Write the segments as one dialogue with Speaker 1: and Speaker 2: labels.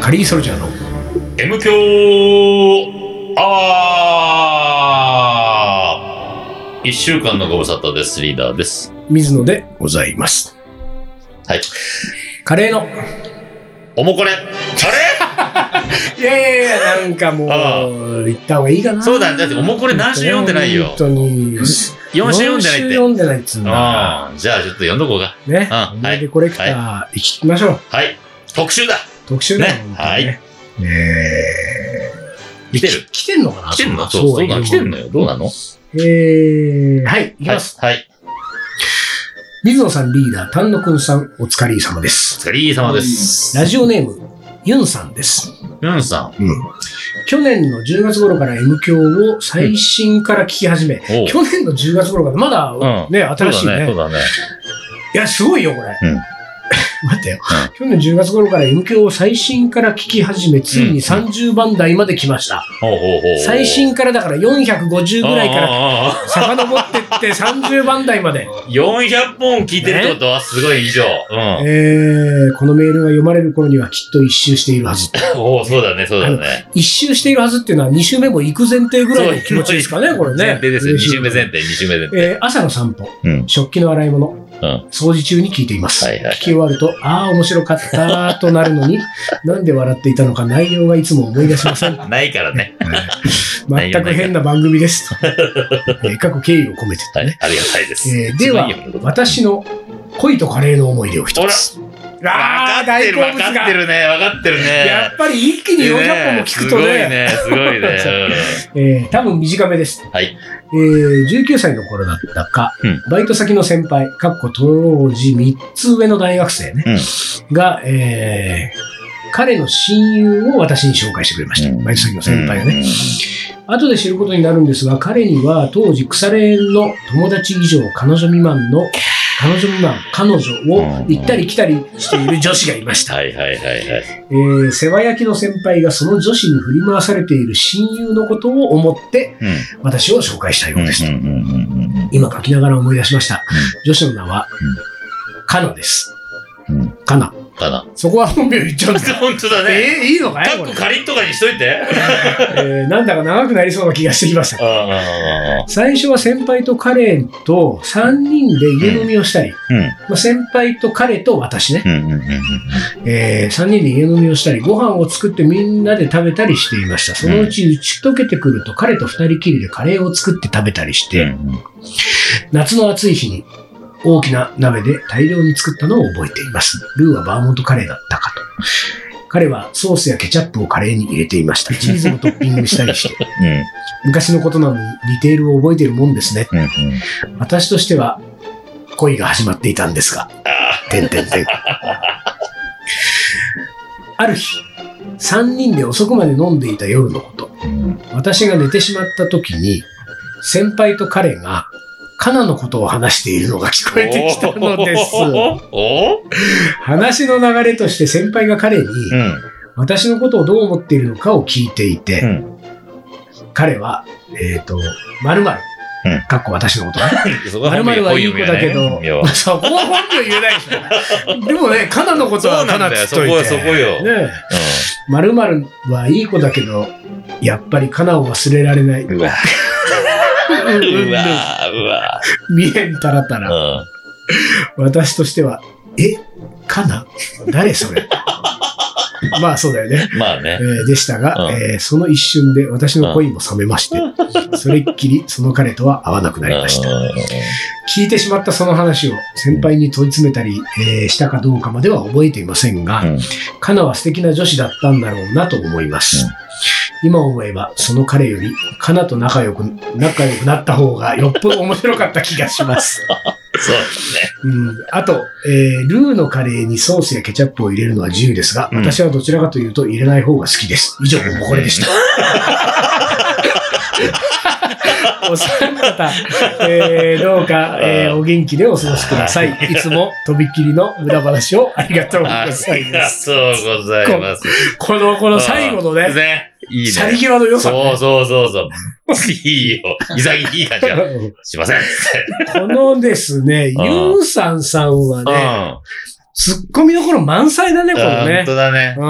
Speaker 1: カリーソルジャーの
Speaker 2: M 強アワー一週間のご無沙汰です。リーダーです。
Speaker 1: 水野でございます。
Speaker 2: はい。
Speaker 1: カレーの。
Speaker 2: おもこれあれ
Speaker 1: いやいやいや、なんかも
Speaker 2: あ
Speaker 1: う、言った方がいいかな。
Speaker 2: そうだねだっておもこれ何週読んでないよ
Speaker 1: 本当に。
Speaker 2: ?4 週読んでないっ
Speaker 1: 四
Speaker 2: て。
Speaker 1: 読んでないっつうんだ。
Speaker 2: ああ、じゃあちょっと読んどこうか。
Speaker 1: ね。
Speaker 2: うん
Speaker 1: 思い出コレクター、行きましょう。
Speaker 2: はい。特集だ
Speaker 1: 特集だよ
Speaker 2: ね
Speaker 1: 本当にね。えー
Speaker 2: 来てる
Speaker 1: 来てんのかな
Speaker 2: 来てんのそう、そうなの来てんのよ。どうなの
Speaker 1: えー、はい、いき
Speaker 2: はい。
Speaker 1: ます。
Speaker 2: はい。
Speaker 1: 水野さんリーダー、丹野くんさん、お疲れ様で
Speaker 2: お
Speaker 1: す。
Speaker 2: 疲れ様です。
Speaker 1: ラジオネーム、ユンさんです。
Speaker 2: ユンさん。
Speaker 1: 去年の10月頃から M 響を最新から聞き始め、
Speaker 2: おう
Speaker 1: 去年の10月頃から、まだ、
Speaker 2: うん
Speaker 1: ね、新しいね
Speaker 2: そうだね。
Speaker 1: いや、すごいよ、これ。
Speaker 2: うん
Speaker 1: 待ってよ。去年10月頃から M 響を最新から聞き始め、ついに30番台まで来ました。
Speaker 2: そうだね。ほうほうほう。
Speaker 1: 最新からだから450ぐらいから
Speaker 2: ら。
Speaker 1: 遡って って30番台まで。
Speaker 2: 400本聞いてるってことはすごい以上。うん。
Speaker 1: えー、このメールが読まれる頃にはきっと一周しているはず。
Speaker 2: おお、そうだね、そうだね。
Speaker 1: 一周しているはずっていうのは2周目も行く前提ぐらいの気持ちですかね、これね。
Speaker 2: 前提ですよ。2
Speaker 1: 嬉しい
Speaker 2: 週目前提、2週目前提。
Speaker 1: えー朝の散歩、
Speaker 2: うん
Speaker 1: 食器の洗い物、掃除中に聞いています。
Speaker 2: はいはいはい
Speaker 1: 聞き終わると、ああ、面白かったとなるのに、 なんで笑っていたのか内容がいつも思い出しません。
Speaker 2: うん。ないからね。内
Speaker 1: 全
Speaker 2: 容な
Speaker 1: く
Speaker 2: い
Speaker 1: 変な番組です と。えー過去敬意を込めて
Speaker 2: は
Speaker 1: ね
Speaker 2: い。ありがたいです。
Speaker 1: えーでは
Speaker 2: 一番いいよ、
Speaker 1: 私の恋とカレーの思い出を一つ。
Speaker 2: わ
Speaker 1: ー
Speaker 2: かってる、わ
Speaker 1: が
Speaker 2: かってるね、わかってる
Speaker 1: やっ
Speaker 2: ね。
Speaker 1: ぱり一気に400本も聞くとね、
Speaker 2: すごいね、すごいね。
Speaker 1: えー多分短めです。
Speaker 2: はい
Speaker 1: えー19歳の頃だったか、
Speaker 2: うん
Speaker 1: バイト先の先輩、かっこ当時3つ上の大学生ね、が、えー彼の親友を私に紹介してくれました。
Speaker 2: うん
Speaker 1: バイト先の
Speaker 2: うん
Speaker 1: 先輩がね。。後で知ることになるんですが、彼には当時腐れ縁の友達以上彼女未満の、彼女未満、彼女を行ったり来たりしている女子がいました。
Speaker 2: はいはいはいはい。
Speaker 1: えー世話焼きの先輩がその女子に振り回されている親友のことを思って
Speaker 2: うん
Speaker 1: 私を紹介したようです、
Speaker 2: うんうんうん
Speaker 1: 今書きながら思い出しました、
Speaker 2: う
Speaker 1: 女子の名は、カナです
Speaker 2: うんうん
Speaker 1: カナ
Speaker 2: かな。
Speaker 1: そこは本名言っちゃうんです
Speaker 2: 本当だね。
Speaker 1: えーいいのか
Speaker 2: カ
Speaker 1: いこ
Speaker 2: ッコカリンとかにしとい て。
Speaker 1: れ、えーなんだか長くなりそうな気がしてきました
Speaker 2: うんうんうん
Speaker 1: 最初は先輩と彼と3人で家飲みをしたり、まあ、先輩と彼と私ね、
Speaker 2: うんうんうんうん
Speaker 1: え3人で家飲みをしたりご飯を作ってみんなで食べたりしていましたそのうち打ち解けてくると彼と2人きりでカレーを作って食べたりして、
Speaker 2: うん
Speaker 1: 夏の暑い日に大きな鍋で大量に作ったのを覚えていますルーはバーモントカレーだったかと彼はソースやケチャップをカレーに入れていましたチーズもトッピングしたりして
Speaker 2: うんうん
Speaker 1: 昔のことなのにディテールを覚えているもんですね
Speaker 2: うんうん
Speaker 1: 私としては恋が始まっていたんですが
Speaker 2: あ
Speaker 1: てんてんてん。ある日、3人で遅くまで飲んでいた夜のこと、
Speaker 2: ーうん
Speaker 1: 私が寝てしまった時に、先輩と彼が、カナのことを話しているのが聞こえてきたのです。
Speaker 2: おお
Speaker 1: 話の流れとして先輩が彼に、
Speaker 2: うん
Speaker 1: 私のことをどう思っているのかを聞いていて、
Speaker 2: うん
Speaker 1: 彼は、えっ、と、〇〇
Speaker 2: うん。
Speaker 1: かっこ私のことね
Speaker 2: そこ
Speaker 1: ま
Speaker 2: は
Speaker 1: る
Speaker 2: 本
Speaker 1: ま
Speaker 2: 名
Speaker 1: るはいい子だけど
Speaker 2: 本名 は、
Speaker 1: そこは本名言えないでしょ。でもね、カナのこと
Speaker 2: そ
Speaker 1: は
Speaker 2: う
Speaker 1: カナ
Speaker 2: なん
Speaker 1: っ
Speaker 2: だよ、
Speaker 1: つっ
Speaker 2: そこと
Speaker 1: い
Speaker 2: よ、
Speaker 1: て。
Speaker 2: そこよ。
Speaker 1: ねまるまるはいい子だけど、やっぱりカナを忘れられない。
Speaker 2: うんうわ、
Speaker 1: うんうん
Speaker 2: うわ、
Speaker 1: 見えんたらた
Speaker 2: う
Speaker 1: ら。
Speaker 2: わ。
Speaker 1: 私としては、えカナ誰そ れまあそうだよね。
Speaker 2: うんまあ
Speaker 1: え
Speaker 2: ね。
Speaker 1: ーでしたが、
Speaker 2: うん
Speaker 1: えーその一瞬で私の恋も冷めまして、それっきりその彼とは会わなくなりました。聞いてしまったその話を先輩に問い詰めたり、えーしたかどうかまでは覚えていませんが、
Speaker 2: うん
Speaker 1: カナは素敵な女子だったんだろうなと思います。今思えば、その彼より、カナと仲良く、仲良くなった方がよっぽど面白かった気がします。
Speaker 2: そう
Speaker 1: うん、あと、えールーのカレーにソースやケチャップを入れるのは自由ですが、
Speaker 2: うん
Speaker 1: 私はどちらかというと入れない方が好きです。以上、もうこれ でした。お三方、えーどうか、えーお元気でお過ごしください。いつもとびっきりの裏話をありがとうござ
Speaker 2: あ
Speaker 1: い
Speaker 2: りが
Speaker 1: ます。
Speaker 2: とうございます。
Speaker 1: この、この最後のね、
Speaker 2: ね。いいね。
Speaker 1: 去り際の良さ。
Speaker 2: そうそうそうそう。いいよ。潔いい感じが。
Speaker 1: うん
Speaker 2: しません。
Speaker 1: このですね、
Speaker 2: うん
Speaker 1: ユウさんさんは
Speaker 2: う
Speaker 1: ね、
Speaker 2: ん。
Speaker 1: ツッコミどころ満載だね、この
Speaker 2: 本
Speaker 1: ね。
Speaker 2: 当だね。
Speaker 1: うん。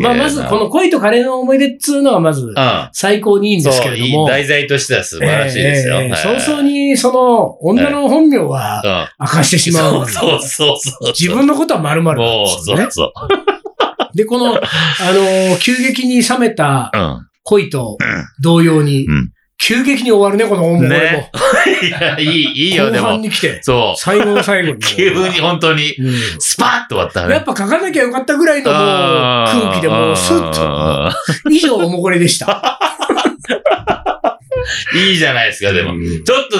Speaker 1: まあ、まず、この恋とカレーの思い出っつうのは、まず、
Speaker 2: の、
Speaker 1: 最高にいい
Speaker 2: うんん。
Speaker 1: ですけ
Speaker 2: そう、
Speaker 1: れど
Speaker 2: いい
Speaker 1: も。
Speaker 2: 題材としては素晴らしいですよ。
Speaker 1: ええええ
Speaker 2: はい
Speaker 1: 早々に、その、女の本名は
Speaker 2: うん
Speaker 1: 明かしてしまう。
Speaker 2: そうそうそう。
Speaker 1: 自分のことは丸々なん
Speaker 2: も
Speaker 1: で
Speaker 2: う、
Speaker 1: す
Speaker 2: そ
Speaker 1: よね
Speaker 2: う。そう。
Speaker 1: で、この、あのー急激に冷めた
Speaker 2: うん。
Speaker 1: 恋と同様に
Speaker 2: うん、
Speaker 1: 急激に終わるね、この音楽
Speaker 2: ねいや、いい、いいよ、で
Speaker 1: 後半
Speaker 2: も。
Speaker 1: に来て、
Speaker 2: そ
Speaker 1: 最後の最後に
Speaker 2: う。。急に、本当に、
Speaker 1: う
Speaker 2: スパッと終わっ
Speaker 1: ん。
Speaker 2: た
Speaker 1: やっ
Speaker 2: ね。
Speaker 1: ぱ書かなきゃよかったぐらいのもう空気でもうスッと、
Speaker 2: と。
Speaker 1: 以上おもこれでした。
Speaker 2: いいじゃないですか、でも。
Speaker 1: うん
Speaker 2: ちょっと、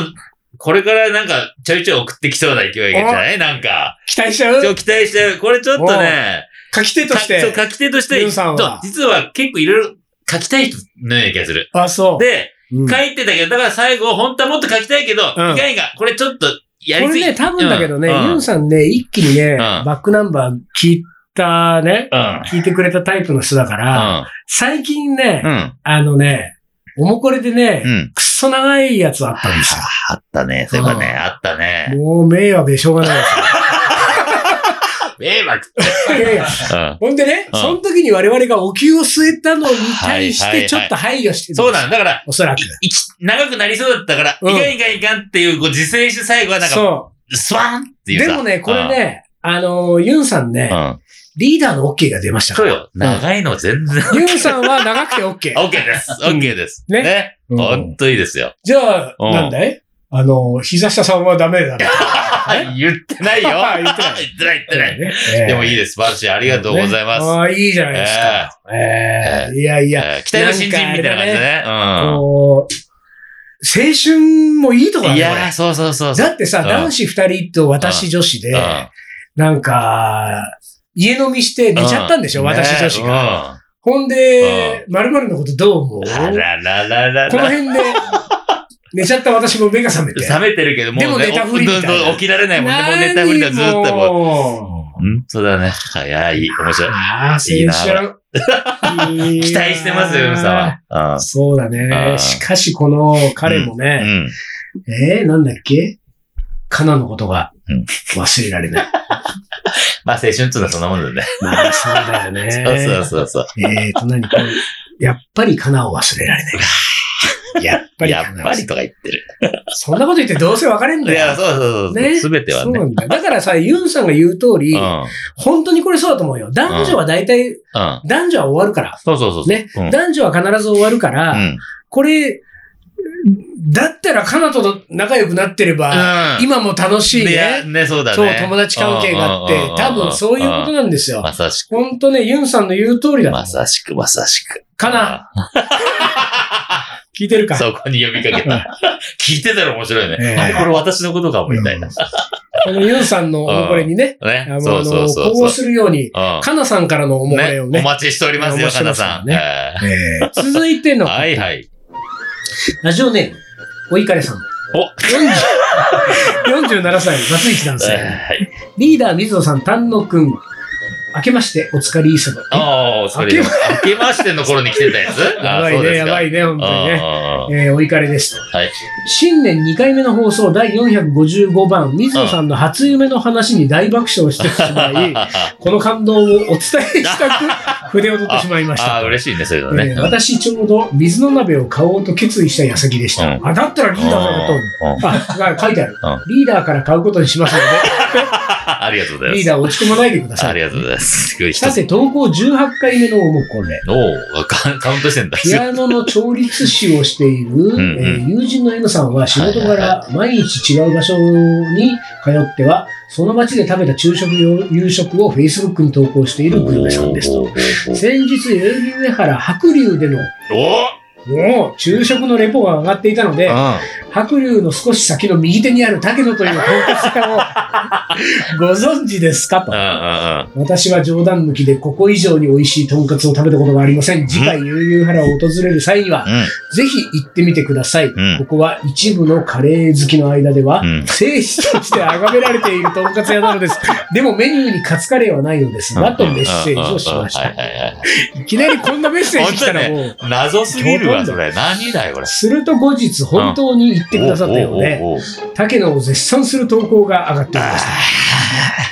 Speaker 2: これからなんか、ちょいちょい送ってきそうな勢いじゃないなんか。
Speaker 1: 期待しちゃ
Speaker 2: ちょ
Speaker 1: う
Speaker 2: っと期待して、これちょっとね、
Speaker 1: 書き手と
Speaker 2: か
Speaker 1: し
Speaker 2: そう
Speaker 1: て。
Speaker 2: 書き手として、
Speaker 1: ユンさんは
Speaker 2: と実は結構いろいろ書きたい人のような気がする。
Speaker 1: あ、そう。
Speaker 2: で、
Speaker 1: うん
Speaker 2: 書いてたけど、だから最後、本当はもっと書きたいけど、
Speaker 1: うん
Speaker 2: 意外が、これちょっとやり
Speaker 1: こ
Speaker 2: す
Speaker 1: れ
Speaker 2: ぎ
Speaker 1: ね、多分だけどね、
Speaker 2: うん
Speaker 1: ユンさんね、一気にね、
Speaker 2: ん
Speaker 1: バックナンバー聞いたね、
Speaker 2: うん。
Speaker 1: 聞いてくれたタイプの人だから、最近ね、
Speaker 2: うん。うん。
Speaker 1: あのね、おもこれでね、
Speaker 2: うん。
Speaker 1: くっそ長いやつあったんです
Speaker 2: あったね。そういえばね、
Speaker 1: うん
Speaker 2: あったね。
Speaker 1: よ。もう迷惑でしょうがない で
Speaker 2: 迷惑って。
Speaker 1: すよ。いやいや
Speaker 2: うん。
Speaker 1: ほんでね、
Speaker 2: うん
Speaker 1: その時に我々がお給を据えたのに対し
Speaker 2: はいはい
Speaker 1: て
Speaker 2: はい
Speaker 1: ちょっと配慮してるんですよ
Speaker 2: そうなんだ。だから、
Speaker 1: おそらく。
Speaker 2: いき長くなりそうだったから、
Speaker 1: うん
Speaker 2: いかんいかんいかんっていう、こう、自制して最後はなんか、
Speaker 1: そ
Speaker 2: スワンっ
Speaker 1: う。
Speaker 2: ていう
Speaker 1: で
Speaker 2: さ。
Speaker 1: もね、これね、あのー、ユンさん
Speaker 2: う
Speaker 1: ね、
Speaker 2: ん。うん。
Speaker 1: リーダーの OK が出ましたか
Speaker 2: そう
Speaker 1: ら。
Speaker 2: よ。長いの全然。
Speaker 1: ユ ンさんは長くて OK。
Speaker 2: オッケーです。オッケーです。
Speaker 1: ね
Speaker 2: ね。
Speaker 1: うん
Speaker 2: ほんといいですよ。
Speaker 1: じゃあ、
Speaker 2: うん
Speaker 1: なんだいあの、膝下さんはダメだね。え。
Speaker 2: 言って ないよ
Speaker 1: 言ってない
Speaker 2: 言ってない、言ってない。
Speaker 1: ね
Speaker 2: でもいい
Speaker 1: え
Speaker 2: です。素晴らしい。あ
Speaker 1: あ
Speaker 2: りがとうございます。
Speaker 1: ああ、いいじゃないですか。ええいやいや、
Speaker 2: えー期待の新人みたいな感じだね。
Speaker 1: こう青春もいいとこだ
Speaker 2: うん。い
Speaker 1: ね。
Speaker 2: やー、そうそうそう
Speaker 1: これ
Speaker 2: そう。
Speaker 1: だってさ、
Speaker 2: うん
Speaker 1: 男子二人と私女子で、なんか、家飲みして寝ちゃったんでしょ、
Speaker 2: う
Speaker 1: 私女子が。
Speaker 2: が。
Speaker 1: ほんで、〇〇のことどう思うこ
Speaker 2: うんあらららら
Speaker 1: の
Speaker 2: ら。
Speaker 1: 辺で、寝ちゃった私も目が覚めて。
Speaker 2: 冷めてるけど、もうね
Speaker 1: でも寝たふりみたいな
Speaker 2: おどんどん起きられないもんね。もう寝たふりだ、ずっともう。
Speaker 1: もう。
Speaker 2: うん、そうだね。早い。面白い。
Speaker 1: ああ、青春。
Speaker 2: いいなこ
Speaker 1: いやー
Speaker 2: 期待してますよ、ユンさんは。
Speaker 1: そうだ
Speaker 2: う
Speaker 1: ね。
Speaker 2: ん
Speaker 1: しかし、この彼も
Speaker 2: うん。
Speaker 1: ね、
Speaker 2: うん
Speaker 1: えー、なんだっけカナのことが
Speaker 2: うん
Speaker 1: 忘れられない。
Speaker 2: まあ、青春っていうのはそんなもんだよね。
Speaker 1: まあ、そうだよね。
Speaker 2: そうそうそうそう。
Speaker 1: えーと、何これやっぱりカナを忘れられない。やっぱり
Speaker 2: や
Speaker 1: カ
Speaker 2: っ
Speaker 1: ナを
Speaker 2: ぱ
Speaker 1: 忘れ
Speaker 2: りとか言ってる。
Speaker 1: そんなこと言ってどうせ別れん
Speaker 2: い
Speaker 1: だよ。
Speaker 2: や、そうそうそう。
Speaker 1: ね
Speaker 2: すべては
Speaker 1: そう
Speaker 2: ね。
Speaker 1: なんだよ。だからさ、ユンさんが言う通り、
Speaker 2: うん。
Speaker 1: 本当にこれそうだと思うよ。男女は大体、
Speaker 2: うん。
Speaker 1: 男女は終わるから。
Speaker 2: そうそうそうそう。
Speaker 1: ね
Speaker 2: うん。
Speaker 1: 男女は必ず終わるから、
Speaker 2: うん。
Speaker 1: これ、だったらカナと仲良くなってれば、
Speaker 2: 今
Speaker 1: 今も楽しい
Speaker 2: や、
Speaker 1: ね。
Speaker 2: ね、そうだね。
Speaker 1: そう、友達関係があっ
Speaker 2: うんうんうんう
Speaker 1: て
Speaker 2: ん、
Speaker 1: 多分そういうことなんですよ。
Speaker 2: まさしく。
Speaker 1: 本当ね、ユンさんの言う通りだ。
Speaker 2: まさしく、まさしく。
Speaker 1: カナ、 聞いてるか。
Speaker 2: そこに呼びかけた。聞いてたら面白いね。
Speaker 1: ええ
Speaker 2: あれこれ私のことかも、みたいな。
Speaker 1: このユンさんのおもこれにね、あ
Speaker 2: ね。
Speaker 1: の、
Speaker 2: そうそうそう
Speaker 1: こう
Speaker 2: そう。
Speaker 1: するように、
Speaker 2: うん
Speaker 1: カナさんからのおもこれを
Speaker 2: ね、
Speaker 1: ね。
Speaker 2: お待ちしております
Speaker 1: お
Speaker 2: よ、
Speaker 1: 待ちして
Speaker 2: か
Speaker 1: ま
Speaker 2: な
Speaker 1: すから
Speaker 2: さん。
Speaker 1: ね
Speaker 2: ええ
Speaker 1: えー続い ての、
Speaker 2: はいはい。
Speaker 1: ラジオネーム、おいかれさん。
Speaker 2: お
Speaker 1: 40 47歳、バツイチ男
Speaker 2: ええ
Speaker 1: 性。
Speaker 2: はい。
Speaker 1: リーダー、水野さん、丹野くん。明けまして、お疲れ様。
Speaker 2: ああ、それでも。明けましての頃に来てたや つ
Speaker 1: やばいね、やば
Speaker 2: い。
Speaker 1: いね、本当にね。
Speaker 2: あ
Speaker 1: えーお怒りです。
Speaker 2: あはい。
Speaker 1: 新年2回目の放送第455番、水野さんの初夢の話に大爆笑してしまい、この感動をお伝えしたく筆を取ってしまいまし
Speaker 2: あ
Speaker 1: た
Speaker 2: あ、。嬉しいね、そういうのね。
Speaker 1: えー私ちょうど水の鍋を買おうと決意した矢先でした。
Speaker 2: う
Speaker 1: あだったらリーダーからと。
Speaker 2: うんうん
Speaker 1: あ、が書いてある、リーダーから買うことにしますの
Speaker 2: ありがとうござ
Speaker 1: で、リー
Speaker 2: います。
Speaker 1: ダー落ち込まないでくださ
Speaker 2: あ
Speaker 1: い。
Speaker 2: りがとうございます。すごい人
Speaker 1: さて、投稿18回目のおもこれ。
Speaker 2: おお、カカウントしてんだ。
Speaker 1: ピアノの調律師をしている、
Speaker 2: ん
Speaker 1: えー友人の N さんは仕事
Speaker 2: はいはい
Speaker 1: 柄毎日違う場所に通っては、その町で食べた昼食用夕食を Facebook に投稿しているグルメさんです
Speaker 2: お
Speaker 1: と。
Speaker 2: ーおー
Speaker 1: 先日、代々木上原白龍でのもう昼食のレポが上がっていたので、白龍の少し先の右手にある竹野という豚カツ 屋をご存知ですかと
Speaker 2: うん。うんうん
Speaker 1: 私は冗談抜きでここ以上に美味しいとんかつを食べたことがありません。次回、代々木上原を訪れる際には、ぜひ行ってみてください。
Speaker 2: ん
Speaker 1: ここは一部のカレー好きの間では、
Speaker 2: うん
Speaker 1: 聖地として崇められているとんかつ屋なの です。でもメニューにカツカレーはないのです
Speaker 2: うん。
Speaker 1: が、とメッセージをしまし
Speaker 2: うんう
Speaker 1: た
Speaker 2: ん。うんはいはいはい
Speaker 1: いきなりこんなメッセージ来たらもう、
Speaker 2: 謎すぎるわ、それ。何だよ、これ。
Speaker 1: すると後日本当に行ってくださったようで、
Speaker 2: おーおーおーおー
Speaker 1: 竹野を絶賛する投稿が上がっていました。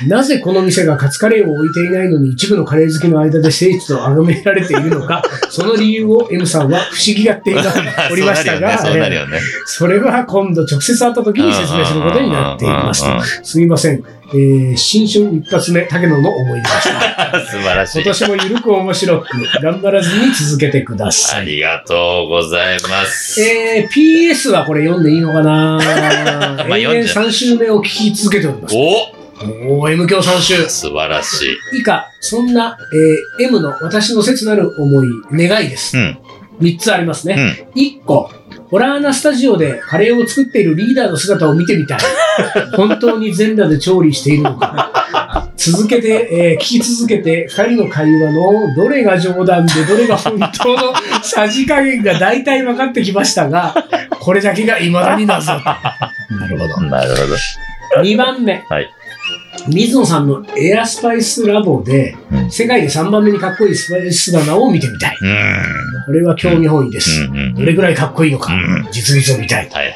Speaker 1: なぜこの店がカツカレーを置いていないのに一部のカレー好きの間で聖地と崇められているの か、その理由を M さんは不思議がっていたおりましたが、
Speaker 2: そうなるよね。
Speaker 1: それは今度直接会った時に説明することになっています
Speaker 2: うんうんうんう
Speaker 1: と。
Speaker 2: ん
Speaker 1: すいません。えー新春一発目、竹野の思い出で した。
Speaker 2: 素晴らし
Speaker 1: 今
Speaker 2: い。
Speaker 1: 年もゆるく面白く、頑張らずに続けてくださ
Speaker 2: あ
Speaker 1: い。
Speaker 2: りがとうございます。
Speaker 1: えー、PS はこれ読んでいいのかな
Speaker 2: まあ
Speaker 1: 永遠3週目を聞き続けております。
Speaker 2: お
Speaker 1: おお、M 教3週。
Speaker 2: 素晴らしい。
Speaker 1: 以下、そんな、えー M の私の切なる思い、願いです
Speaker 2: う。ん。
Speaker 1: 3つあります
Speaker 2: う
Speaker 1: ね。
Speaker 2: ん。
Speaker 1: 1個、ホラーナスタジオでカレーを作っているリーダーの姿を見てみ たい。本当に全裸で調理しているのか。続けて、えー聞き続けて、2人の会話のどれが冗談でどれが本当のさじ加減が大体分かってきましたが、これだけが未だに謎。 なるほど。
Speaker 2: なるほど。
Speaker 1: 2番目、
Speaker 2: はい
Speaker 1: 水野さんのエアスパイスラボで、
Speaker 2: うん
Speaker 1: 世界で3番目にかっこいいスパイス棚を見てみたい。
Speaker 2: うん。
Speaker 1: これは興味本位です。
Speaker 2: うんうん
Speaker 1: どれぐらいかっこいいのか、
Speaker 2: うん
Speaker 1: 実物を見たい。
Speaker 2: はいはい。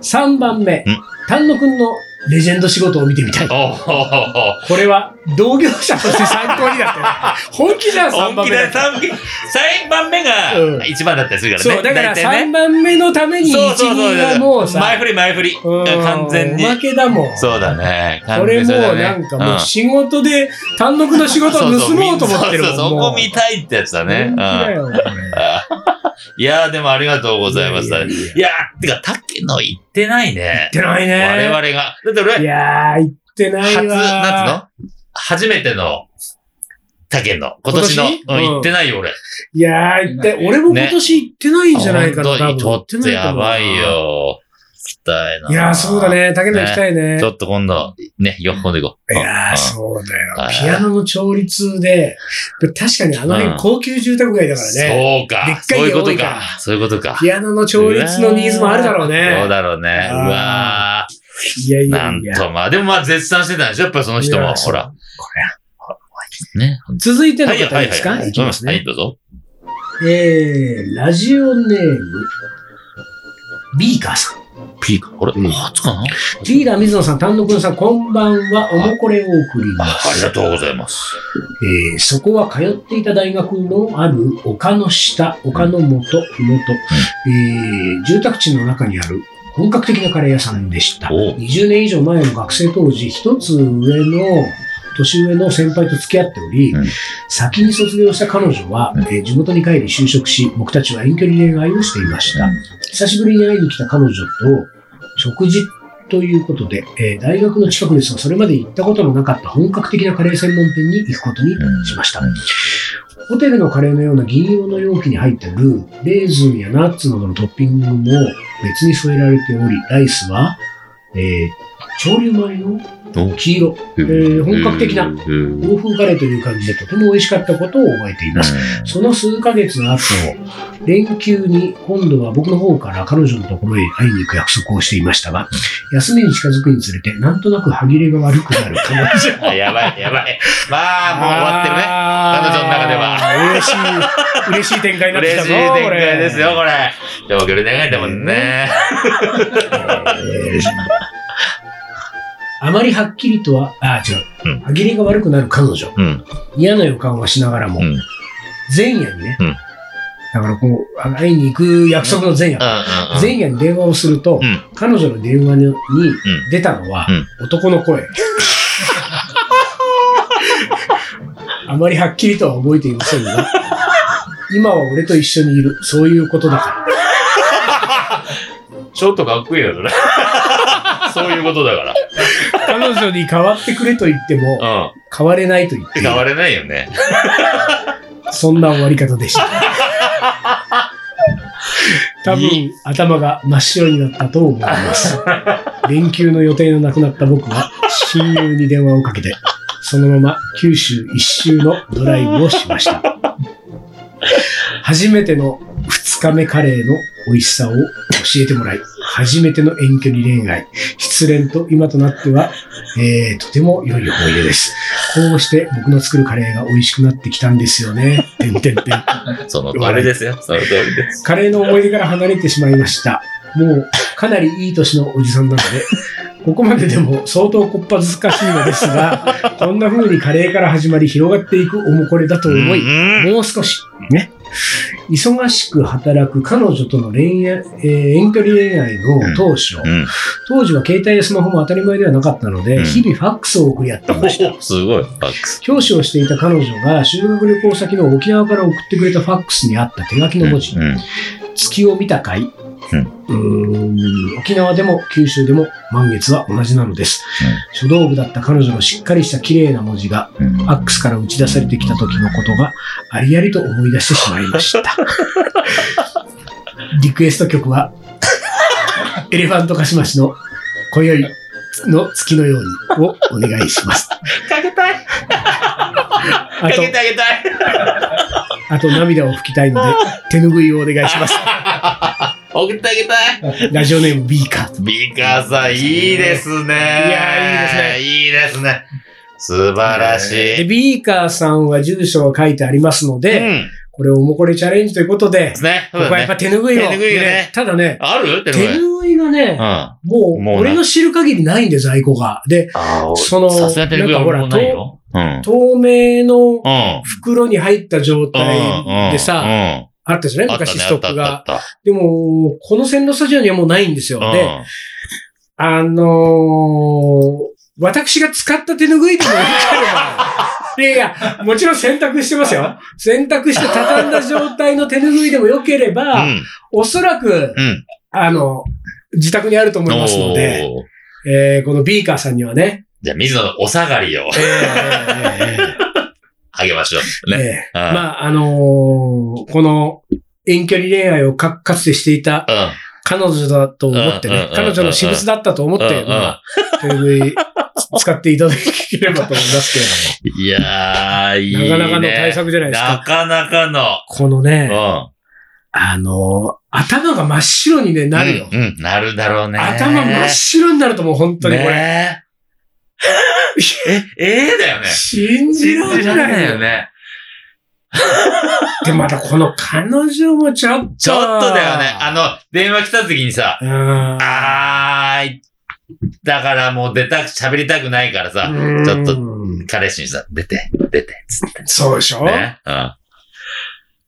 Speaker 1: 3番目
Speaker 2: うん、
Speaker 1: 丹野くんのレジェンド仕事を見てみたい。
Speaker 2: おお
Speaker 1: これは同業者として参考になってる 本気じゃん、3
Speaker 2: 本
Speaker 1: 番
Speaker 2: 気
Speaker 1: 目だ
Speaker 2: だ
Speaker 1: った。
Speaker 2: 三三番目
Speaker 1: うん
Speaker 2: が一番だったりするから
Speaker 1: そ
Speaker 2: ね。
Speaker 1: う、だから
Speaker 2: 大体
Speaker 1: 3
Speaker 2: ね。
Speaker 1: 番目のために
Speaker 2: そ
Speaker 1: 1、
Speaker 2: うそう
Speaker 1: 2がもう
Speaker 2: そう。
Speaker 1: さ、
Speaker 2: 前振り前振り。
Speaker 1: うん
Speaker 2: 完全に
Speaker 1: お。まけだもん。
Speaker 2: そうだね。
Speaker 1: こ
Speaker 2: 完
Speaker 1: れ
Speaker 2: 全
Speaker 1: も
Speaker 2: に
Speaker 1: う
Speaker 2: そうだね
Speaker 1: なんかも
Speaker 2: ん
Speaker 1: う仕事で単独の仕事を盗もうと思ってるもん。
Speaker 2: そうそうそう
Speaker 1: も
Speaker 2: そうこ見たいってやつだね。
Speaker 1: 本
Speaker 2: うん
Speaker 1: 気だよ。
Speaker 2: あ いやー、でもありがとうございました。い
Speaker 1: いやいやいや
Speaker 2: やー、てか、竹野行ってないね。
Speaker 1: 行ってないね
Speaker 2: 我々が。だって俺、
Speaker 1: いやー、行ってない
Speaker 2: 初、
Speaker 1: わ。
Speaker 2: なんつうの初めての竹野。今年の。
Speaker 1: 今年
Speaker 2: うん、行ってないよ、俺。
Speaker 1: いやー、行って、俺も今年行ってないんじゃないかな。
Speaker 2: ほん
Speaker 1: 多分
Speaker 2: とちょっとやばい。よ。行きたいな。
Speaker 1: いやー、そうだ。ね。竹野行きたいね。
Speaker 2: ちょっと今度、ね、よ、今度行こう。
Speaker 1: いや
Speaker 2: う
Speaker 1: ー、
Speaker 2: ん
Speaker 1: そうだよ
Speaker 2: うん。
Speaker 1: ピアノの調律で、確かにあの
Speaker 2: うん
Speaker 1: 辺高級住宅街だからね。
Speaker 2: そ
Speaker 1: で
Speaker 2: うか
Speaker 1: っ。か
Speaker 2: そう
Speaker 1: い
Speaker 2: いう
Speaker 1: 家
Speaker 2: こ
Speaker 1: 多
Speaker 2: と
Speaker 1: いから
Speaker 2: か。そういうことか。
Speaker 1: ピアノの調律のニーズもあるだろう
Speaker 2: うわーそう
Speaker 1: ね。
Speaker 2: だろうね。う
Speaker 1: うん
Speaker 2: わー
Speaker 1: いやい
Speaker 2: な
Speaker 1: や
Speaker 2: ん
Speaker 1: いや。
Speaker 2: とまあ、でもまあ絶賛してたんでしょやっぱりその人
Speaker 1: い
Speaker 2: も、
Speaker 1: や
Speaker 2: ほら。
Speaker 1: こ
Speaker 2: ね。
Speaker 1: 続いての
Speaker 2: はいよ
Speaker 1: 方
Speaker 2: はい
Speaker 1: で
Speaker 2: はい
Speaker 1: すか
Speaker 2: はい。
Speaker 1: いきます
Speaker 2: うん
Speaker 1: ね
Speaker 2: はい、。どうぞ。
Speaker 1: えー、ラジオネーム、ビーカーさん。
Speaker 2: ピーク。これ、
Speaker 1: うん
Speaker 2: 初かな
Speaker 1: リーダー水野さん、丹野くんさん、こんばんは。おもこれを送りま
Speaker 2: ああり
Speaker 1: す。
Speaker 2: がとうございます。
Speaker 1: えーそこは通っていた大学のある丘の下、丘の元、ふもと、えー住宅地の中にある本格的なカレー屋さんでした。
Speaker 2: おう
Speaker 1: 20年以上前の学生当時、一つ上の年上の先輩と付き合っており、
Speaker 2: うん
Speaker 1: 先に卒業した彼女は、
Speaker 2: うん
Speaker 1: えー地元に帰り就職し、僕たちは遠距離恋愛をしていました。久しぶりに会いに来た彼女と食事ということで、えー大学の近くですが、それまで行ったことのなかった本格的なカレー専門店に行くことにしました。
Speaker 2: うん
Speaker 1: ホテルのカレーのような銀色の容器に入ったルー、レーズンやナッツなどのトッピングも別に添えられており、ライスは、えー潮流米の
Speaker 2: お
Speaker 1: 黄色、
Speaker 2: え
Speaker 1: ー本格的な
Speaker 2: うんうん
Speaker 1: 欧風カレーという感じでとても美味しかったことを覚えています。その数ヶ月の後、連休に今度は僕の方から彼女のところへ会いに行く約束をしていましたが、休みに近づくにつれて、なんとなく歯切れが悪くなる彼女。
Speaker 2: あやばい、やばい。 まあ、もう終わってるね。彼女の中で
Speaker 1: は。嬉しい、嬉しい展開になってき
Speaker 2: 嬉
Speaker 1: た
Speaker 2: しい
Speaker 1: ぞ。
Speaker 2: 展
Speaker 1: これ
Speaker 2: 開ですよ、。これ。でも、これ願いだもんね。
Speaker 1: えーあまりはっきりとは、あ、違
Speaker 2: うん
Speaker 1: う。歯切れが悪くなる彼女。
Speaker 2: うん。
Speaker 1: 嫌な予感はしながらも、
Speaker 2: うん。うん。
Speaker 1: 前夜にね、
Speaker 2: うん
Speaker 1: だからこう、会いに行く約束の前夜。前夜に電話をすると、
Speaker 2: うん
Speaker 1: 彼女の電話に出たのは、男の声。あまりはっきりとは覚えていませんが、今は俺と一緒にいる、そういうことだから。
Speaker 2: ちょっとかっこいいよね。 そういうことだから。
Speaker 1: 彼女に代わってくれと言っても、
Speaker 2: うん。
Speaker 1: 変われないと言っている
Speaker 2: 変われないよね。
Speaker 1: そんな終わり方でした。多分頭が真っ白になったと思います。連休の予定のなくなった僕は親友に電話をかけて、そのまま九州一周のドライブをしました。初めての2日目カレーの美味しさを教えてもらい、初めての遠距離恋愛、失恋と今となっては、えーとても良い思い出です。こうして僕の作るカレーが美味しくなってきたんですよね。てんてんてん。
Speaker 2: その通りですよ。その通りです。
Speaker 1: カレーの思い出から離れてしまいました。もうかなりいい年のおじさんなので、ここまででも相当こっぱずかしいのですが、こんな風にカレーから始まり広がっていくおもこれだと思い、
Speaker 2: うん
Speaker 1: もう少し、ね。忙しく働く彼女との恋愛、えー遠距離恋愛の当初、
Speaker 2: うん
Speaker 1: 当時は携帯やスマホも当たり前ではなかったので、
Speaker 2: うん
Speaker 1: 日々ファックスを送り合っていました。
Speaker 2: お すごい、ファックス。
Speaker 1: 教師をしていた彼女が修学旅行先の沖縄から送ってくれたファックスにあった手書きの文字、
Speaker 2: うん
Speaker 1: 月を見たかい、うーん沖縄でも九州でも満月は同じなのです、書道部だった彼女のしっかりした綺麗な文字が
Speaker 2: うん
Speaker 1: ファックスから打ち出されてきた時のことがありありと思い出してしまいました リクエスト曲は「エレファントカシマシの今宵の月のように」をお願いし ます
Speaker 2: かけたい
Speaker 1: あ
Speaker 2: か
Speaker 1: と
Speaker 2: けてあげたい
Speaker 1: あと涙を拭きたいので手拭いをお願いします
Speaker 2: 送ってあげたい
Speaker 1: ラジオネーム B か
Speaker 2: ビカさん、いいですね。
Speaker 1: や
Speaker 2: いいいですね。いいですね。素晴らし
Speaker 1: で、
Speaker 2: い。
Speaker 1: ビーカーさんは住所が書いてありますの
Speaker 2: う
Speaker 1: で、
Speaker 2: ん。で
Speaker 1: これおもこれチャレンジということで、
Speaker 2: すね。そ
Speaker 1: こ
Speaker 2: う
Speaker 1: こ
Speaker 2: だ
Speaker 1: はやっ
Speaker 2: ね
Speaker 1: ぱ手拭いを。
Speaker 2: 手拭いね
Speaker 1: ただね、
Speaker 2: あるって
Speaker 1: 手
Speaker 2: のね
Speaker 1: 拭いが
Speaker 2: うん。
Speaker 1: ね、
Speaker 2: あ
Speaker 1: もう
Speaker 2: もう、な
Speaker 1: 俺の知る限りないんで、在庫が。で、
Speaker 2: あお
Speaker 1: その
Speaker 2: さすがに手ぬぐいは俺もない
Speaker 1: なん
Speaker 2: よ。うん。
Speaker 1: 透明の
Speaker 2: うん。
Speaker 1: 袋に入った状
Speaker 2: うん。
Speaker 1: 態で
Speaker 2: う
Speaker 1: さ、
Speaker 2: ん、
Speaker 1: あったじゃない
Speaker 2: あった
Speaker 1: 昔
Speaker 2: ね、
Speaker 1: ス
Speaker 2: あ
Speaker 1: ト
Speaker 2: っ
Speaker 1: ッ
Speaker 2: たあ
Speaker 1: ク
Speaker 2: ったあ
Speaker 1: が
Speaker 2: っ。た。
Speaker 1: でも、この線路スタジオにはもうないんですよ。
Speaker 2: うん
Speaker 1: で、あのー、私が使った手拭いでもいいければ、いやいや、もちろん洗濯してますよ。洗濯して畳んだ状態の手拭いでもよけれ
Speaker 2: う
Speaker 1: ば、
Speaker 2: ん。
Speaker 1: おそらく、
Speaker 2: うん。
Speaker 1: あの、自宅にあると思いますので、
Speaker 2: おー
Speaker 1: えーこのビーカーさんにはね、
Speaker 2: じゃあ、水野のお下がりを
Speaker 1: えーえー
Speaker 2: あげましょう。
Speaker 1: えー
Speaker 2: ね。
Speaker 1: え
Speaker 2: うん
Speaker 1: ーまあ、あのーこの遠距離恋愛をかかつてしていた
Speaker 2: うん。
Speaker 1: 彼女だと思って
Speaker 2: うんうん
Speaker 1: ね
Speaker 2: うんう、ん
Speaker 1: 彼女の私物だったと思っ
Speaker 2: うん
Speaker 1: て
Speaker 2: う、ん
Speaker 1: まあ、手拭い使っていただければと思いますけれども。
Speaker 2: いやー、いい、
Speaker 1: な
Speaker 2: ね。
Speaker 1: かなかの対策じゃないです
Speaker 2: な
Speaker 1: か。
Speaker 2: かなかの。
Speaker 1: このね、
Speaker 2: うん。
Speaker 1: あの、頭が真っ白に、ね、なるよ。
Speaker 2: うん、うんなるだろうね。
Speaker 1: 頭真っ白になるともう本当にこれ、
Speaker 2: ね え。え、ええだよね。
Speaker 1: 信じられないよね。
Speaker 2: ね。
Speaker 1: で、またこの彼女もちょっと。
Speaker 2: ちょっとだよね。あの、電話来た時にさ、
Speaker 1: の
Speaker 2: あーい、だからもう出たく、喋りたくないからさ、ちょっと彼氏にさ、出て、出て、つって。
Speaker 1: そうでしょ、
Speaker 2: ね。うん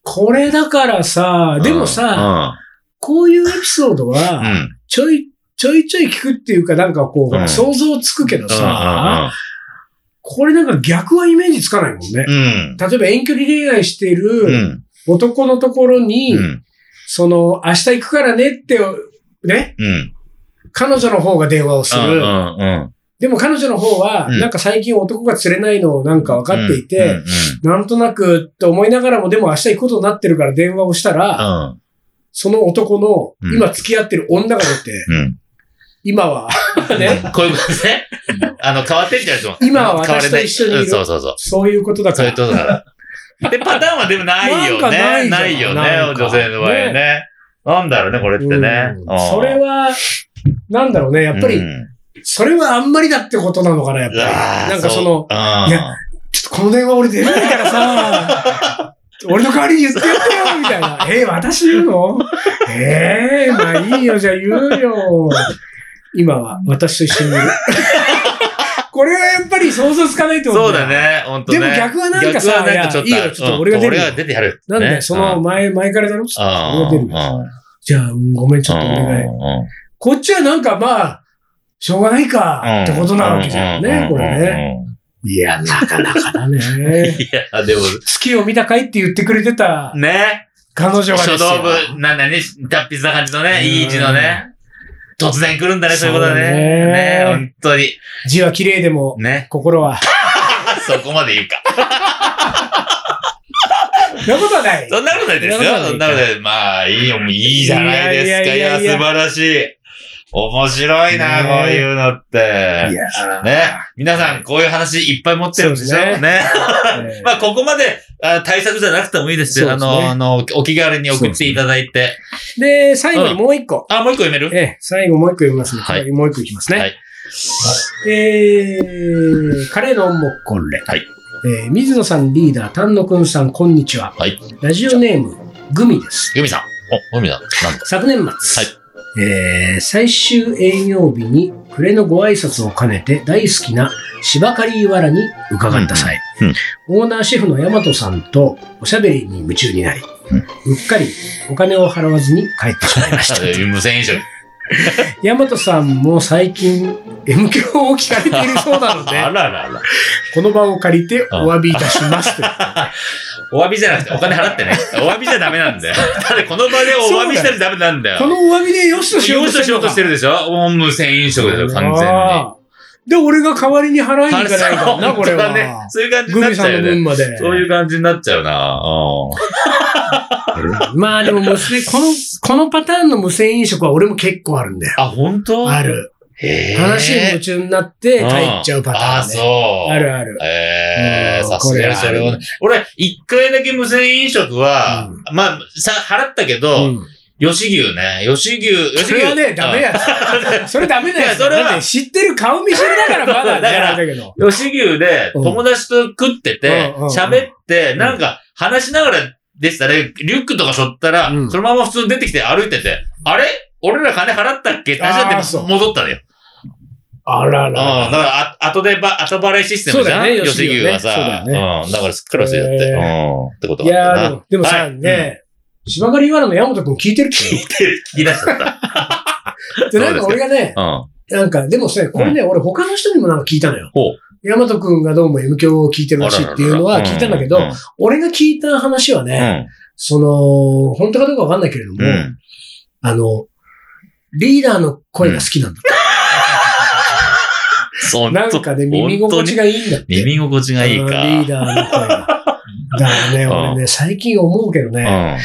Speaker 1: これだからさ、でもさ、、こういうエピソード
Speaker 2: うん。
Speaker 1: は、
Speaker 2: うん
Speaker 1: ちょい、ちょいちょい聞くっていうか、なんかこう、
Speaker 2: うん
Speaker 1: 想像つくけどさ、
Speaker 2: う
Speaker 1: これなんか逆はイメージつかないもんね。
Speaker 2: ん。
Speaker 1: 例えば遠距離恋愛してる、
Speaker 2: うん。うん。
Speaker 1: 男のところに、
Speaker 2: うん。
Speaker 1: その、明日行くからねって、ね、
Speaker 2: うん。
Speaker 1: 彼女の方が電話をする。
Speaker 2: うん。うん。
Speaker 1: でも彼女の方は、
Speaker 2: うん
Speaker 1: なんか最近男が釣れないのをなんか分かっていて、
Speaker 2: うん。
Speaker 1: なんとなくって思いながらも、でも明日行くことになってるから電話をした
Speaker 2: う
Speaker 1: ら、
Speaker 2: ん。
Speaker 1: その男の、
Speaker 2: うん
Speaker 1: 今付き合ってる女が乗 って、
Speaker 2: うん。
Speaker 1: 今は、ね、
Speaker 2: こういうことですね。あの、変わってっちゃうと。
Speaker 1: 今は私と一緒にいる
Speaker 2: うんそうそうそう。
Speaker 1: そういうことだか
Speaker 2: そういう
Speaker 1: ら。
Speaker 2: ことだ から。で、パターンはでもないよ
Speaker 1: なんかない
Speaker 2: ね。
Speaker 1: じゃん
Speaker 2: ないよ
Speaker 1: な
Speaker 2: ね
Speaker 1: ん。か
Speaker 2: 女性の場合はね。なんだろうね、これってね
Speaker 1: う。ん
Speaker 2: うん
Speaker 1: それは、なんだろうね、やっぱ
Speaker 2: う
Speaker 1: り、
Speaker 2: ん
Speaker 1: それはあんまりだってことなのかな、やっぱり。
Speaker 2: あー
Speaker 1: なんかその
Speaker 2: う、うん
Speaker 1: いやちょっとこの電話俺出れないからさ、俺の代わりに言ってやってよみたいな。 えー、私言うのええまあいいよ、じゃあ言うよ。今は私と一緒 にいる。これはやっぱり想像つかないってこと
Speaker 2: そうだ。ね、本当ね。
Speaker 1: でも逆はなんかさ
Speaker 2: 逆はなんかちょっとある
Speaker 1: いやいいよちょっと俺が出る
Speaker 2: うん俺が出てやる。
Speaker 1: なんで、
Speaker 2: ね
Speaker 1: その、前、前からだろ
Speaker 2: うん
Speaker 1: 俺が出る
Speaker 2: うんうん
Speaker 1: じゃあ、うんごめん、ちょっとお願い。こっちはなんかまあ、しょうがないか、ってことなわけじゃんね、これね。。いや、なかなかだ
Speaker 2: うんうんうんうん
Speaker 1: ね。
Speaker 2: いや、でも、
Speaker 1: 月を見たかいって言ってくれてた
Speaker 2: ね。
Speaker 1: 彼女がです
Speaker 2: 書
Speaker 1: よ。
Speaker 2: 道部、なんだね、達筆な感じのね、いい字のね。突然来るんだね、そういうことだね。
Speaker 1: そうだね
Speaker 2: ね本当に。
Speaker 1: 字は綺麗でも、
Speaker 2: ね。
Speaker 1: 心は。
Speaker 2: そこまで言うか。
Speaker 1: そんなことはない。
Speaker 2: そんなことないですよ。
Speaker 1: そ
Speaker 2: そ
Speaker 1: ん
Speaker 2: ん
Speaker 1: な
Speaker 2: な
Speaker 1: こ
Speaker 2: こ
Speaker 1: な
Speaker 2: ととない。まあ、いいよ、もういいじゃないですか。いや
Speaker 1: いやいやいやいや
Speaker 2: 素晴らしい。面白いな、
Speaker 1: ね
Speaker 2: こういうのって。
Speaker 1: や
Speaker 2: ね。皆さん、こういう話いっぱい持ってるんでし
Speaker 1: そう
Speaker 2: ょ
Speaker 1: です
Speaker 2: ね。
Speaker 1: ー
Speaker 2: まあ、ここまであ対策じゃなくてもいいですよ。
Speaker 1: そう
Speaker 2: あ
Speaker 1: ですね
Speaker 2: の、あの、お気軽に送っていただいて。
Speaker 1: で、最後にもう一個。
Speaker 2: あ、もう一個読める
Speaker 1: ええ、最後もう一個読みますね。
Speaker 2: はい
Speaker 1: もう一個いきますね。
Speaker 2: はい
Speaker 1: えー、カレーのもこれ。
Speaker 2: はい
Speaker 1: えー水野さんリーダー、丹野くんさん、こんにちは。
Speaker 2: はい
Speaker 1: ラジオネーム、グミです。
Speaker 2: ユミさん。お、ユミさん。なんだ
Speaker 1: 昨年末、えー最終営業日に暮れのご挨拶を兼ねて大好きな芝刈りわらに伺った際、
Speaker 2: うんうん
Speaker 1: オーナーシェフの大和さんとおしゃべりに夢中になり、うっかりお金を払わずに帰ってしまいました。
Speaker 2: 無線飲食。
Speaker 1: 大和さんも最近 M 響を聞かれているそうなので、
Speaker 2: あららら。
Speaker 1: この場を借りてお詫びいたし ますと。
Speaker 2: お詫びじゃなくて、お金払ってね。お詫びじゃダ メなんだよ。ただこの場でお詫びしたらダメなんだよ。
Speaker 1: このお詫びでよしとしよう
Speaker 2: 用
Speaker 1: と
Speaker 2: 意としようとして
Speaker 1: る
Speaker 2: るでしょもう無線飲食だよ、
Speaker 1: 全
Speaker 2: 完
Speaker 1: に。で、俺が代わりに払いに行か
Speaker 2: 全に。
Speaker 1: ない からな、これ
Speaker 2: 本当だね
Speaker 1: は。
Speaker 2: そういう感じに
Speaker 1: グ
Speaker 2: なっ
Speaker 1: ミ
Speaker 2: ち
Speaker 1: さん
Speaker 2: ゃう
Speaker 1: の
Speaker 2: よ
Speaker 1: 分
Speaker 2: ね。
Speaker 1: まで。
Speaker 2: そういう感じになっちゃうな。うん
Speaker 1: まあでも無 線、この、このパターンの無線飲食は俺も結構あるんだよ。
Speaker 2: あ、本当
Speaker 1: あ。る。
Speaker 2: へー
Speaker 1: 話に夢中になって帰っちゃうパタ
Speaker 2: ああ、
Speaker 1: ーン、ね。
Speaker 2: そう。
Speaker 1: あるある。
Speaker 2: ええ
Speaker 1: うん
Speaker 2: さすがにそ
Speaker 1: こ
Speaker 2: れ
Speaker 1: れあ
Speaker 2: を
Speaker 1: る。
Speaker 2: 俺、一回だけ無線飲食は、まあ、さ、払ったけど、
Speaker 1: うん
Speaker 2: 吉牛ね。吉牛、吉牛。
Speaker 1: それはね、ダメやつ。 それダメだ
Speaker 2: い
Speaker 1: よ。
Speaker 2: やそれは
Speaker 1: だって知ってる顔見知りだからまだ、
Speaker 2: そう だから
Speaker 1: あれだけど。
Speaker 2: うん。吉牛で、
Speaker 1: うん
Speaker 2: 友達と食ってて
Speaker 1: うんうんうん、
Speaker 2: 喋って、
Speaker 1: ん
Speaker 2: なんか、話しながらでしたね、リュックとか背負ったら、
Speaker 1: うん
Speaker 2: そのまま普通に出てきて歩いてて、あれ俺ら金払ったっけって話に
Speaker 1: あ
Speaker 2: な
Speaker 1: ー
Speaker 2: って
Speaker 1: そう
Speaker 2: 戻ったのよ。
Speaker 1: あら
Speaker 2: うん。だ
Speaker 1: ら。
Speaker 2: から、あ後でば、後払いシステムじゃ
Speaker 1: そう
Speaker 2: ん、
Speaker 1: だよね
Speaker 2: 吉牛は
Speaker 1: 吉牛ね
Speaker 2: さ。
Speaker 1: そうだ
Speaker 2: うん。だからすっかり忘れちゃって。
Speaker 1: へ
Speaker 2: うん。ってこと
Speaker 1: い
Speaker 2: があったな
Speaker 1: やーでも、でもさ、
Speaker 2: はい
Speaker 1: ね、芝刈りわらの山本くん聞いてるっけ
Speaker 2: 聞き出しちゃった。
Speaker 1: で、なんか俺がね、
Speaker 2: うん。
Speaker 1: なんか、でもさ、これね、俺他の人にもなんか聞いたのよ。
Speaker 2: ほう。
Speaker 1: 大和くんがどうも M 響を聞いてるらしいっていうのは聞いたんだけど、
Speaker 2: うんうん
Speaker 1: 俺が聞いた話はね、その、本当かどうかわかんないけれども、
Speaker 2: うん。うん
Speaker 1: あの、リーダーの声が好きなんだ。
Speaker 2: そう
Speaker 1: なんかね、耳心地
Speaker 2: が。
Speaker 1: がいいんだって。
Speaker 2: 耳心地がいいか。
Speaker 1: あのリーダーの声が。だからね、
Speaker 2: うん
Speaker 1: 俺ね、最近思うけどね、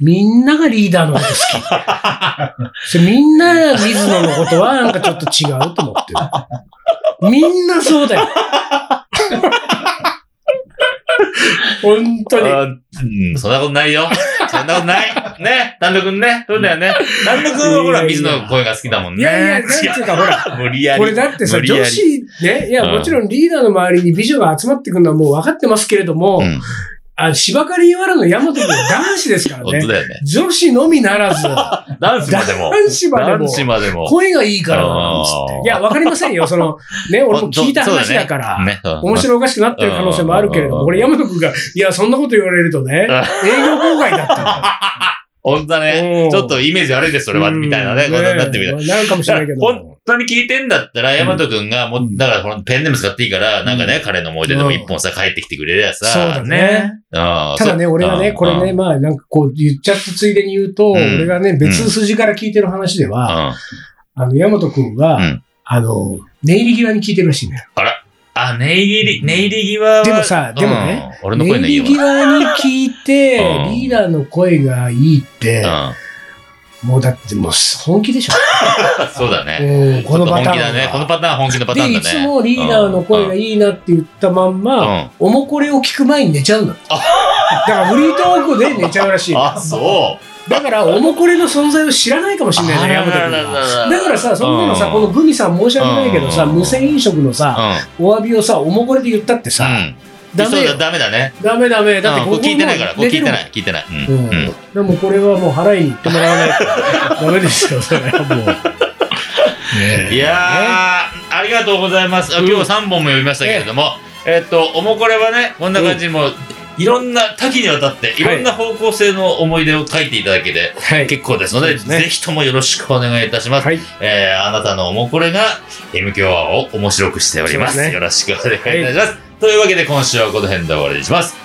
Speaker 2: うん。
Speaker 1: みんながリーダーのこと 好き。それみんな、水野のことはなんかちょっと違うと思ってる。みんなそう だよ。本当に。
Speaker 2: あうん、そんなことな いよ。そんなことない。ね、丹野くんね。そうだよね。丹野くんはほら、
Speaker 1: いやいや
Speaker 2: 水野の声が好きだもん
Speaker 1: い
Speaker 2: ね。
Speaker 1: やいや、なんていうかほら、
Speaker 2: 違う無理やり。
Speaker 1: これだってさ、
Speaker 2: 無理やり
Speaker 1: 女子ね、いや、
Speaker 2: うん
Speaker 1: もちろんリーダーの周りに美女が集まってくるのはもう分かってますけれども、
Speaker 2: うん、
Speaker 1: あ芝刈り原の山本君は男子ですから
Speaker 2: 本当
Speaker 1: ね。
Speaker 2: だよね。
Speaker 1: 女子のみならず、男
Speaker 2: 男子までも。
Speaker 1: 子までも
Speaker 2: 男、子までも。
Speaker 1: 声がいいからなんつっ
Speaker 2: うん
Speaker 1: て。いや、分かりませんよ。その、 ね、俺も聞いた話だから。
Speaker 2: ね。うん
Speaker 1: 面白おかしくなってる可能性もあるけれど
Speaker 2: う
Speaker 1: も、
Speaker 2: ん
Speaker 1: これ山本君が、いや、そんなこと言われるとね、営業妨害だったんだ
Speaker 2: 本当だ ね。
Speaker 1: よ。
Speaker 2: ちょっとイメージ悪いです、それは。みたいなね。
Speaker 1: うん
Speaker 2: ことになってみたい。
Speaker 1: なんかもしれないけ
Speaker 2: だから
Speaker 1: ど。
Speaker 2: 本当に聞いてんだったら、
Speaker 1: ん
Speaker 2: ヤマト君が、もう、だから、ほらペンネーム使っていいから、なんかね、彼の思い出でも一本さ、帰ってきてくれりゃさ。
Speaker 1: そうだね。
Speaker 2: ああ。
Speaker 1: ただね、
Speaker 2: そう
Speaker 1: 俺がね、これね、、まあ、なんかこう、言っちゃったついでに言うと、
Speaker 2: ん
Speaker 1: 俺がね、別筋から聞いてる話で
Speaker 2: うんう
Speaker 1: は、
Speaker 2: ん
Speaker 1: あの、山本くんは、
Speaker 2: うん
Speaker 1: あの、寝入り際に聞いてるらしいね。
Speaker 2: あ、ネイリ、ネイリ際は。
Speaker 1: でもさでもね
Speaker 2: うん、俺の
Speaker 1: 寝
Speaker 2: 声
Speaker 1: 入
Speaker 2: のいい
Speaker 1: り
Speaker 2: よな。
Speaker 1: 際に聞いて、
Speaker 2: うん
Speaker 1: リーダーの声がいいって、
Speaker 2: うん。
Speaker 1: もうだってもう本気でしょ。
Speaker 2: そうだね。
Speaker 1: うん、このパターン
Speaker 2: ちょっと本気だね。この
Speaker 1: は。
Speaker 2: パターン本気のパター
Speaker 1: で、
Speaker 2: ンだ
Speaker 1: い
Speaker 2: ね。
Speaker 1: つもリーダーの声が
Speaker 2: いい。
Speaker 1: いいなって言ったまん
Speaker 2: う
Speaker 1: ま、
Speaker 2: ん。
Speaker 1: おもこれを聞く前に寝ちゃうんだって。だからフリートークで寝ちゃうらしい。
Speaker 2: あ、そう。
Speaker 1: だから、おもこれの存在を知らないかもしれないね、山
Speaker 2: あ
Speaker 1: 本
Speaker 2: らら
Speaker 1: 君
Speaker 2: らら
Speaker 1: は。
Speaker 2: ら
Speaker 1: だからさ、そんなのさ、
Speaker 2: うん
Speaker 1: このグミさん申し訳ないけどさ、
Speaker 2: うん
Speaker 1: 無線飲食のさ、
Speaker 2: うん。
Speaker 1: お詫びをさ、おもこれで言ったってさ、
Speaker 2: うん
Speaker 1: ダ
Speaker 2: そ
Speaker 1: メ
Speaker 2: う
Speaker 1: よ
Speaker 2: だ、。ダメだね。
Speaker 1: ダメダメ。だって
Speaker 2: うん
Speaker 1: ここ
Speaker 2: これ聞いてないから、これ聞いて
Speaker 1: もう
Speaker 2: ない、聞いてない。うん
Speaker 1: 寝
Speaker 2: う
Speaker 1: てるもん。
Speaker 2: ん。
Speaker 1: うん。でもこれはもう払いに行ってもらわないと ダメですよ、それはもう。
Speaker 2: いやー、ありがとうございます。あ今日は3本も読みましたけれども、えっと、おもこれはね、こんな感じにもう、いろんな多岐にわたって、いろんな方向性の思い出を書いていただけて
Speaker 1: はい。
Speaker 2: 結構ですの
Speaker 1: そう
Speaker 2: で、
Speaker 1: ですね
Speaker 2: ぜひともよろしくお願いいたします。
Speaker 1: はい。
Speaker 2: えーあなたのおもこれが m k o を面白くしております。
Speaker 1: そうですね
Speaker 2: よろしくお願いいたします。というわけで今週はこの辺で終わりにします。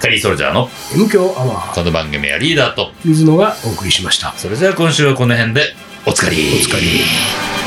Speaker 2: カリーソルジャーの
Speaker 1: M 強アワー、
Speaker 2: この番組はリーダーと、
Speaker 1: 水野がお送りしました。
Speaker 2: それでは今週はこの辺でおつかり。
Speaker 1: おつかり